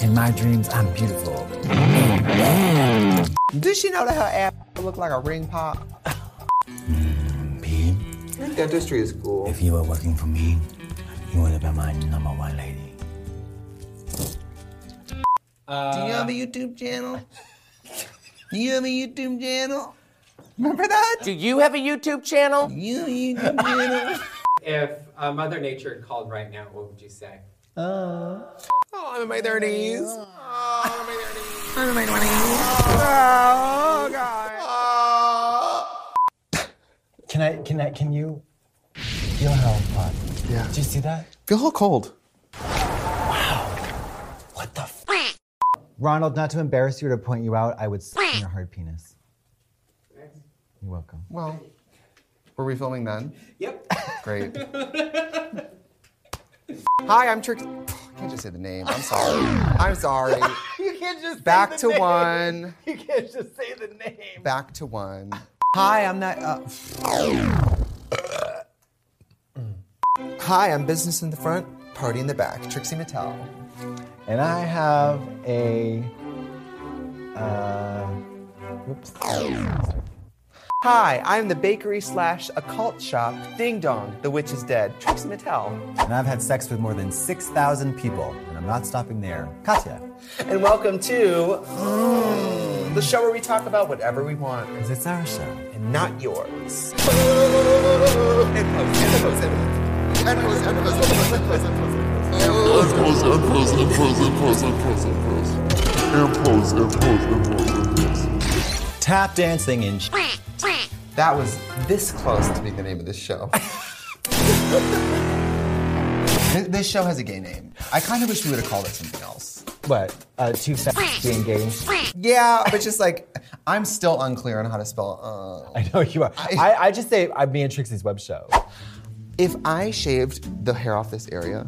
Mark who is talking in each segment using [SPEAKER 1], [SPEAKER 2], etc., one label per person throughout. [SPEAKER 1] In my dreams, I'm beautiful.
[SPEAKER 2] Did she know that her ass looked like a ring pop?
[SPEAKER 1] P,
[SPEAKER 2] Dentistry is cool.
[SPEAKER 1] if you were working for me, you would have been my number one lady.
[SPEAKER 2] Do you have a YouTube channel? Do you have a YouTube channel? Remember that?
[SPEAKER 3] Do you have a YouTube channel?
[SPEAKER 2] You have a YouTube channel?
[SPEAKER 4] If uh, Mother Nature called right now, what would you say?
[SPEAKER 2] Oh, I'm in my 30s.
[SPEAKER 1] Can I, can I, can you? Your help, bud. Yeah. Do you see that?
[SPEAKER 5] Feel all cold.
[SPEAKER 1] What the f? Ronald, not to embarrass you or to point you out, I would s in your hard penis. You're welcome.
[SPEAKER 5] Well, were we filming then?
[SPEAKER 4] Yep.
[SPEAKER 5] Great. Hi, I'm Trick.
[SPEAKER 2] Oh,
[SPEAKER 5] I can't just say the name. I'm sorry. I'm sorry.
[SPEAKER 1] You can't just
[SPEAKER 5] Back to one.
[SPEAKER 1] You can't just say the name.
[SPEAKER 5] Back to one.
[SPEAKER 2] Hi, I'm that. Uh, Hi, I'm business in the front, party in the back. Trixie Mattel.
[SPEAKER 1] And I have a. Uh, whoops.
[SPEAKER 2] Hi, I'm the bakery slash occult shop. Ding dong, the witch is dead. Trixie Mattel.
[SPEAKER 1] And I've had sex with more than 6,000 people, and I'm not stopping there. Katya,
[SPEAKER 2] And welcome to mm, the show where we talk about whatever we want
[SPEAKER 1] is it's our show.
[SPEAKER 2] and not yours.
[SPEAKER 6] Impose, impose, impose, impose, impose, impose. Impose, impose, impose, impose.
[SPEAKER 1] Tap dancing and sh-
[SPEAKER 5] That was this close to being the name of this show. Th- this show has a gay name. I kind of wish we would have called it something else.
[SPEAKER 1] What? Uh, two seconds being engaged.
[SPEAKER 5] Yeah, but just like, I'm still unclear on how to spell. Uh.
[SPEAKER 1] I know you are. I, I just say I'm me and Trixie's web show.
[SPEAKER 5] If I shaved the hair off this area,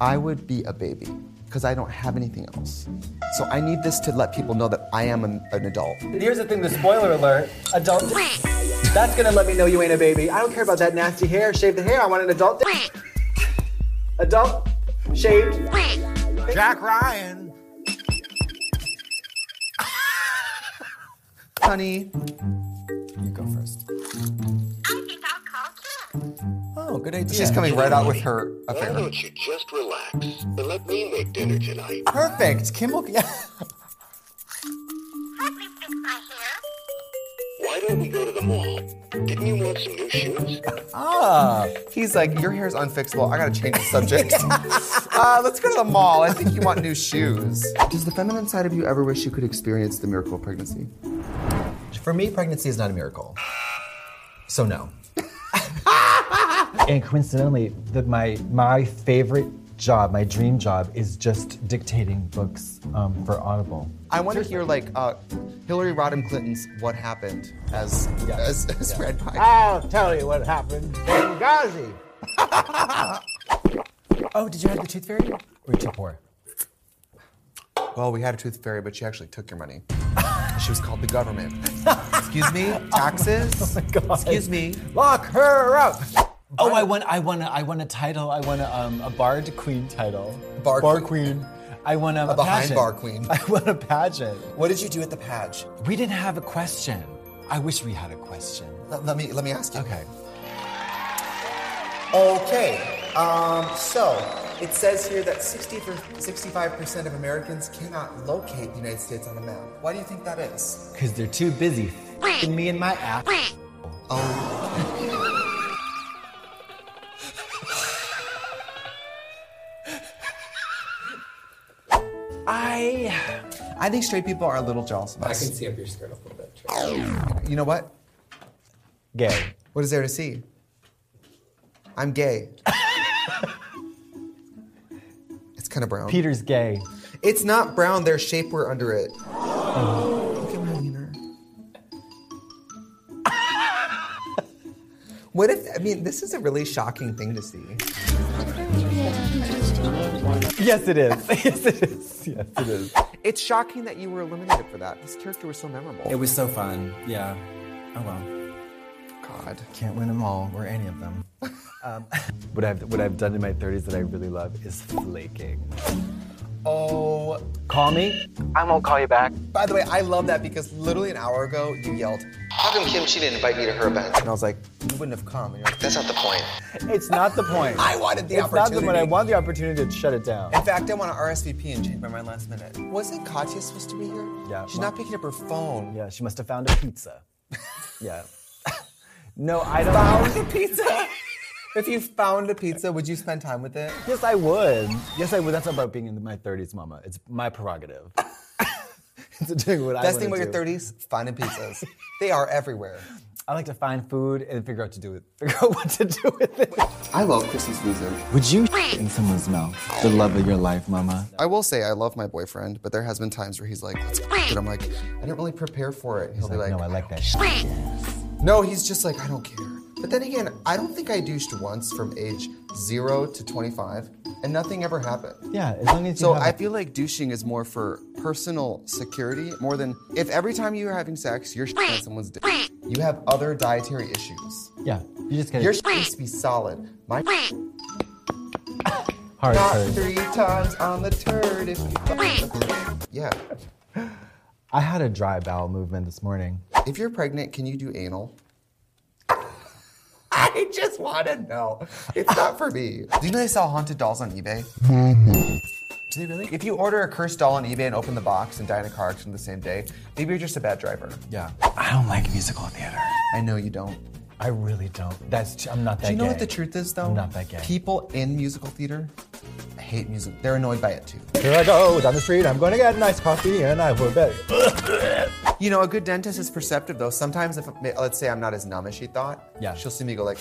[SPEAKER 5] I would be a baby because I don't have anything else. So I need this to let people know that I am an, an adult.
[SPEAKER 1] Here's the thing, the spoiler alert. Adult That's gonna let me know you ain't a baby. I don't care about that nasty hair. Shave the hair. I want an adult Adult shaved.
[SPEAKER 2] Jack Ryan. Honey,
[SPEAKER 1] You go first. Oh, good idea.
[SPEAKER 5] She's coming right out with her affair.
[SPEAKER 7] you just relax and let me make dinner tonight?
[SPEAKER 1] Perfect. Kimball. Yeah.
[SPEAKER 7] Why don't we go to the mall? Didn't you want some new shoes?
[SPEAKER 1] Ah.
[SPEAKER 5] He's like, Your hair's unfixable. I gotta change the subject. uh, let's go to the mall. I think you want new shoes. Does the feminine side of you ever wish you could experience the miracle of pregnancy?
[SPEAKER 1] For me, pregnancy is not a miracle. So no. and coincidentally, the, my my favorite job, my dream job, is just dictating books um, for Audible.
[SPEAKER 5] I wanna hear, like, uh, Hillary Rodham Clinton's What Happened as,
[SPEAKER 1] Yeah.
[SPEAKER 5] as, as read by.
[SPEAKER 8] I'll tell you what happened. Benghazi.
[SPEAKER 1] Oh, did you have the Tooth Fairy? Or you too poor?
[SPEAKER 5] Well, we had a tooth fairy, but she actually took your money. she was called the government. Excuse me?
[SPEAKER 2] Oh
[SPEAKER 5] Taxes? Excuse me?
[SPEAKER 1] Lock her up. Oh, I want, I want, a, I want a title. I want a, um, a bard queen title.
[SPEAKER 5] Bar
[SPEAKER 1] queen. I want a,
[SPEAKER 5] A behind
[SPEAKER 1] pageant.
[SPEAKER 5] bar queen.
[SPEAKER 1] I want a pageant.
[SPEAKER 5] What did you do at the patch?
[SPEAKER 1] We didn't have a question. I wish we had a question.
[SPEAKER 5] Let, let me let me ask you.
[SPEAKER 1] Okay.
[SPEAKER 2] Okay, um, so it says here that 60 per, 65% of Americans cannot locate the United States on a map. Why do you think that is?
[SPEAKER 1] Because they're too busy f***ing me and my ass. I.
[SPEAKER 5] I think straight people are a little jealous of
[SPEAKER 4] I
[SPEAKER 5] us.
[SPEAKER 4] can see up your skirt a little bit.
[SPEAKER 5] You know what?
[SPEAKER 1] Gay.
[SPEAKER 5] What is there to see? I'm gay. it's kind of brown.
[SPEAKER 1] Peter's gay.
[SPEAKER 5] It's not brown. There's shapewear under it. Look at my wiener. what if? I mean, this is a really shocking thing to see.
[SPEAKER 1] Yes, it is. yes, it is. Yes, it is.
[SPEAKER 5] It's shocking that you were eliminated for that. This character was so memorable.
[SPEAKER 1] was so fun. Yeah. Oh well.
[SPEAKER 5] God.
[SPEAKER 1] Can't win them all or any of them. um, what I've what I've done in my 30s that I really love is flaking.
[SPEAKER 5] Oh no.
[SPEAKER 1] Call me.
[SPEAKER 5] I won't call you back.
[SPEAKER 2] By the way, I love that because literally an hour ago you yelled,
[SPEAKER 5] How come Kim, she didn't invite me to her event?
[SPEAKER 2] and I was like, you wouldn't have come. And you're like,
[SPEAKER 5] That's not the point.
[SPEAKER 1] It's not the point.
[SPEAKER 2] I wanted the
[SPEAKER 1] it's not
[SPEAKER 2] opportunity.
[SPEAKER 1] the point. I want the opportunity to shut it down.
[SPEAKER 2] In fact, I want to RSVP and change my mind last minute. Wasn't Katya supposed to be here?
[SPEAKER 1] Yeah,
[SPEAKER 2] She's
[SPEAKER 1] well-
[SPEAKER 2] not picking up her phone.
[SPEAKER 1] Yeah, she must have found a pizza. Yeah. No, I don't.
[SPEAKER 2] Found a pizza. if you found a pizza, would you spend time with it?
[SPEAKER 1] Yes, I would. Yes, I would. That's not about being in my 30s, mama. It's my prerogative. to do what I
[SPEAKER 2] Best thing about
[SPEAKER 1] wanna
[SPEAKER 2] your
[SPEAKER 1] do.
[SPEAKER 2] 30s, finding pizzas. they are everywhere.
[SPEAKER 1] I like to find food and figure out to do it. Figure out what to do with it.
[SPEAKER 5] I love Christmas music.
[SPEAKER 1] Would you in someone's mouth? The love of your life, mama.
[SPEAKER 5] I will say I love my boyfriend, but there has been times where he's like, let's go. And I'm like, I didn't really prepare for it. And He'll be like,
[SPEAKER 1] no, I like that. shit.
[SPEAKER 5] No, he's just like, I don't care. But then again, I don't think I douched once from age zero to 25, and nothing ever happened.
[SPEAKER 1] Yeah, as long as you
[SPEAKER 5] So
[SPEAKER 1] have
[SPEAKER 5] I feel like douching is more for personal security, more than if every time you're having sex, you're shitting on someone's dick.
[SPEAKER 2] You have other dietary issues.
[SPEAKER 1] yeah, you just get
[SPEAKER 2] Your
[SPEAKER 1] it.
[SPEAKER 2] shit needs to be solid. My
[SPEAKER 1] hard
[SPEAKER 2] not
[SPEAKER 1] hard.
[SPEAKER 2] three times on the turd if you fucking-
[SPEAKER 5] Yeah.
[SPEAKER 1] I had a dry bowel movement this morning.
[SPEAKER 5] If you're pregnant, can you do anal?
[SPEAKER 2] I just want to know.
[SPEAKER 5] It's not for me. Do you know they sell haunted dolls on eBay?
[SPEAKER 2] Do they really?
[SPEAKER 5] If you order a cursed doll on eBay and open the box and die in a car accident the same day, maybe you're just a bad driver.
[SPEAKER 1] Yeah,
[SPEAKER 2] I don't like musical theater.
[SPEAKER 5] I know you don't.
[SPEAKER 1] I really don't. That's t- I'm not that.
[SPEAKER 5] Do you know what
[SPEAKER 1] gay.
[SPEAKER 5] the truth is, though?
[SPEAKER 1] I'm not that gay.
[SPEAKER 5] People in musical theater hate music. They're annoyed by it too.
[SPEAKER 1] Here I go down the street. I'm going to get a nice coffee, and I will bet.
[SPEAKER 5] You know, a good dentist is perceptive, though. Sometimes, if let's say I'm not as numb as she thought,
[SPEAKER 1] Yeah.
[SPEAKER 5] she'll see me go like,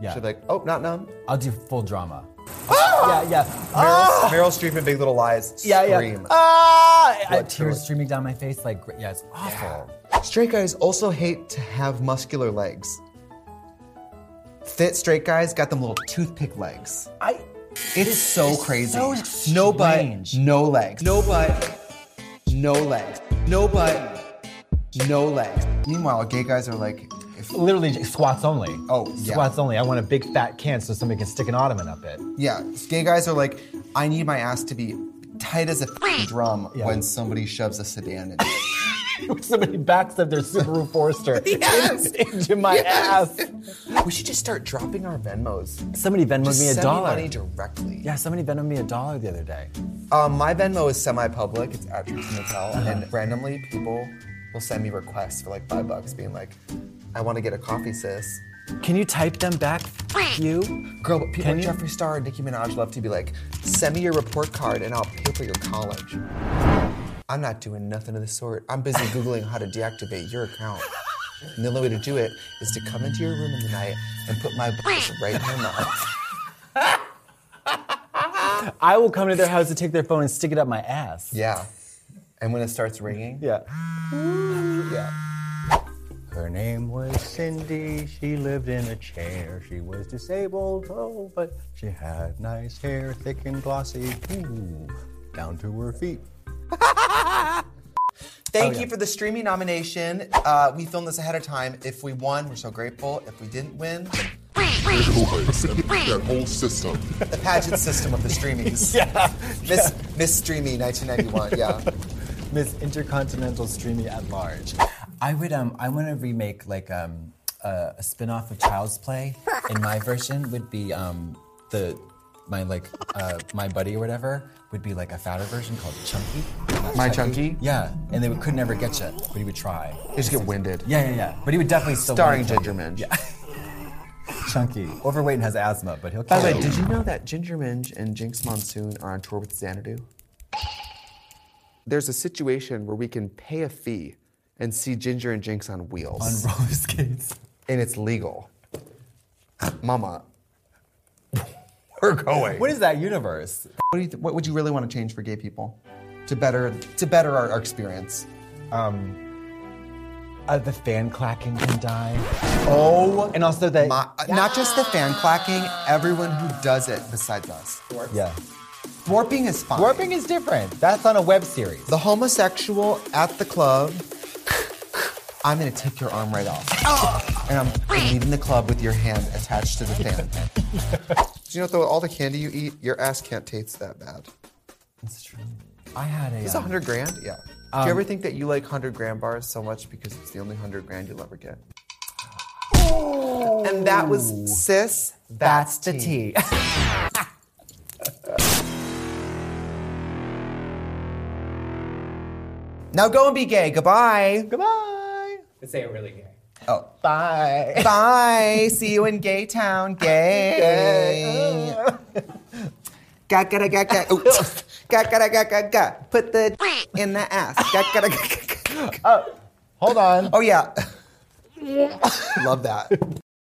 [SPEAKER 1] Yeah.
[SPEAKER 5] she'll be like, oh, not numb.
[SPEAKER 1] I'll do full drama. Yeah, yeah.
[SPEAKER 5] Meryl Streep in Big Little Lies.
[SPEAKER 1] Yeah, yeah.
[SPEAKER 5] scream.
[SPEAKER 1] Ah! I-
[SPEAKER 5] Blood
[SPEAKER 1] tears
[SPEAKER 5] through it.
[SPEAKER 1] streaming down my face. Like, gr- yeah, it's awful.
[SPEAKER 5] Straight guys also hate to have muscular legs. Fit straight guys got them little toothpick legs.
[SPEAKER 1] I.
[SPEAKER 5] It's so crazy.
[SPEAKER 1] so
[SPEAKER 5] no butt,
[SPEAKER 1] strange.
[SPEAKER 5] no legs. No butt, no legs. No butt, no legs. Meanwhile, gay guys are like, if,
[SPEAKER 1] Literally j- squats only.
[SPEAKER 5] Oh, yeah.
[SPEAKER 1] Squats only. I want a big fat can so somebody can stick an ottoman up it.
[SPEAKER 5] yeah, gay guys are like, I need my ass to be tight as a f***ing drum
[SPEAKER 1] Yeah.
[SPEAKER 5] when somebody shoves a sedan in. it.
[SPEAKER 1] somebody backs up their Subaru Forester
[SPEAKER 5] Yes.
[SPEAKER 1] in- into my
[SPEAKER 5] Yes.
[SPEAKER 1] ass.
[SPEAKER 5] we should just start dropping our Venmos.
[SPEAKER 1] Somebody Venmoed
[SPEAKER 5] Just
[SPEAKER 1] me a
[SPEAKER 5] send
[SPEAKER 1] dollar.
[SPEAKER 5] money directly.
[SPEAKER 1] yeah, somebody Venmoed me a dollar the other day.
[SPEAKER 5] Um, my Venmo is semi-public. It's at Tristan Mattel, and randomly people will send me requests for like five bucks, being like, "I want to get a coffee, sis."
[SPEAKER 1] Can you type them back? F- you?
[SPEAKER 5] Girl, but people
[SPEAKER 1] Can
[SPEAKER 5] like
[SPEAKER 1] you?
[SPEAKER 5] Jeffree Star and Nicki Minaj love to be like, "Send me your report card, and I'll pay for your college." I'm not doing nothing of the sort. I'm busy googling how to deactivate your account. And the only way to do it is to come into your room in the night and put my balls right in your mouth.
[SPEAKER 1] I will come to their house to take their phone and stick it up my ass.
[SPEAKER 5] Yeah. And when it starts ringing,
[SPEAKER 1] Yeah.
[SPEAKER 5] yeah.
[SPEAKER 8] Her name was Cindy. She lived in a chair. She was disabled, oh, but she had nice hair, thick and glossy, ooh, down to her feet.
[SPEAKER 5] Thank
[SPEAKER 1] Oh,
[SPEAKER 5] you
[SPEAKER 1] yeah.
[SPEAKER 5] for the streaming nomination. Uh, we filmed this ahead of time. If we won, we're so grateful. If we didn't win,
[SPEAKER 6] Anyways, and that whole system.
[SPEAKER 5] the pageant system of the streamies.
[SPEAKER 1] Yeah.
[SPEAKER 5] Miss Miss Streamy 1991. Yeah.
[SPEAKER 1] Miss Intercontinental Streamy at large. I would um I want to remake like um a, a spin-off of Child's Play. In my version would be um the my like uh my buddy or whatever would be like a fatter version called Chunky.
[SPEAKER 5] My Chunky?
[SPEAKER 1] Yeah, and they would, could never get you, but he would try.
[SPEAKER 5] Just get winded.
[SPEAKER 1] Yeah, yeah, yeah. But he would definitely still
[SPEAKER 5] Starring
[SPEAKER 1] want to-
[SPEAKER 5] Gingerman.
[SPEAKER 1] Yeah. Chunky, overweight and has asthma, but he'll.
[SPEAKER 5] By the
[SPEAKER 1] kill
[SPEAKER 5] way,
[SPEAKER 1] it.
[SPEAKER 5] did you know that Ginger Minge and Jinx Monsoon are on tour with Xanadu? There's a situation where we can pay a fee and see Ginger and Jinx on wheels,
[SPEAKER 1] on roller skates?
[SPEAKER 5] and it's legal. Mama, we're going.
[SPEAKER 1] What is that universe?
[SPEAKER 5] What, do you th- what would you really want to change for gay people to better to better our, our experience?
[SPEAKER 1] Uh, the fan clacking can die,
[SPEAKER 5] Oh,
[SPEAKER 1] and also that.
[SPEAKER 5] my, not just the fan clacking, everyone who does it besides us.
[SPEAKER 1] yeah.
[SPEAKER 5] Warping is fine.
[SPEAKER 1] Warping is different. That's on a web series.
[SPEAKER 5] The homosexual at the club. I'm gonna take your arm right off, and I'm I'm leaving the club with your hand attached to the fan. do you know though? All the candy you eat, your ass can't taste that bad.
[SPEAKER 1] That's true. I had a.
[SPEAKER 5] It's
[SPEAKER 1] um,
[SPEAKER 5] 100 grand? Yeah. Do you ever think that you like 100 grand bars so much because it's the only 100 grand you'll ever get? And that was sis.
[SPEAKER 1] that's the tea.
[SPEAKER 5] Now go and be gay. Goodbye. Oh.
[SPEAKER 8] Goodbye.
[SPEAKER 4] Let's say it really gay.
[SPEAKER 1] Bye.
[SPEAKER 5] Bye. See you in Gay Town. Gay. Ga ga da, ga ga. Ooh. Ga ga da, ga ga ga. Put the in the ass. Ga ga da, ga ga. ga.
[SPEAKER 1] Hold on.
[SPEAKER 5] Oh yeah. Love that.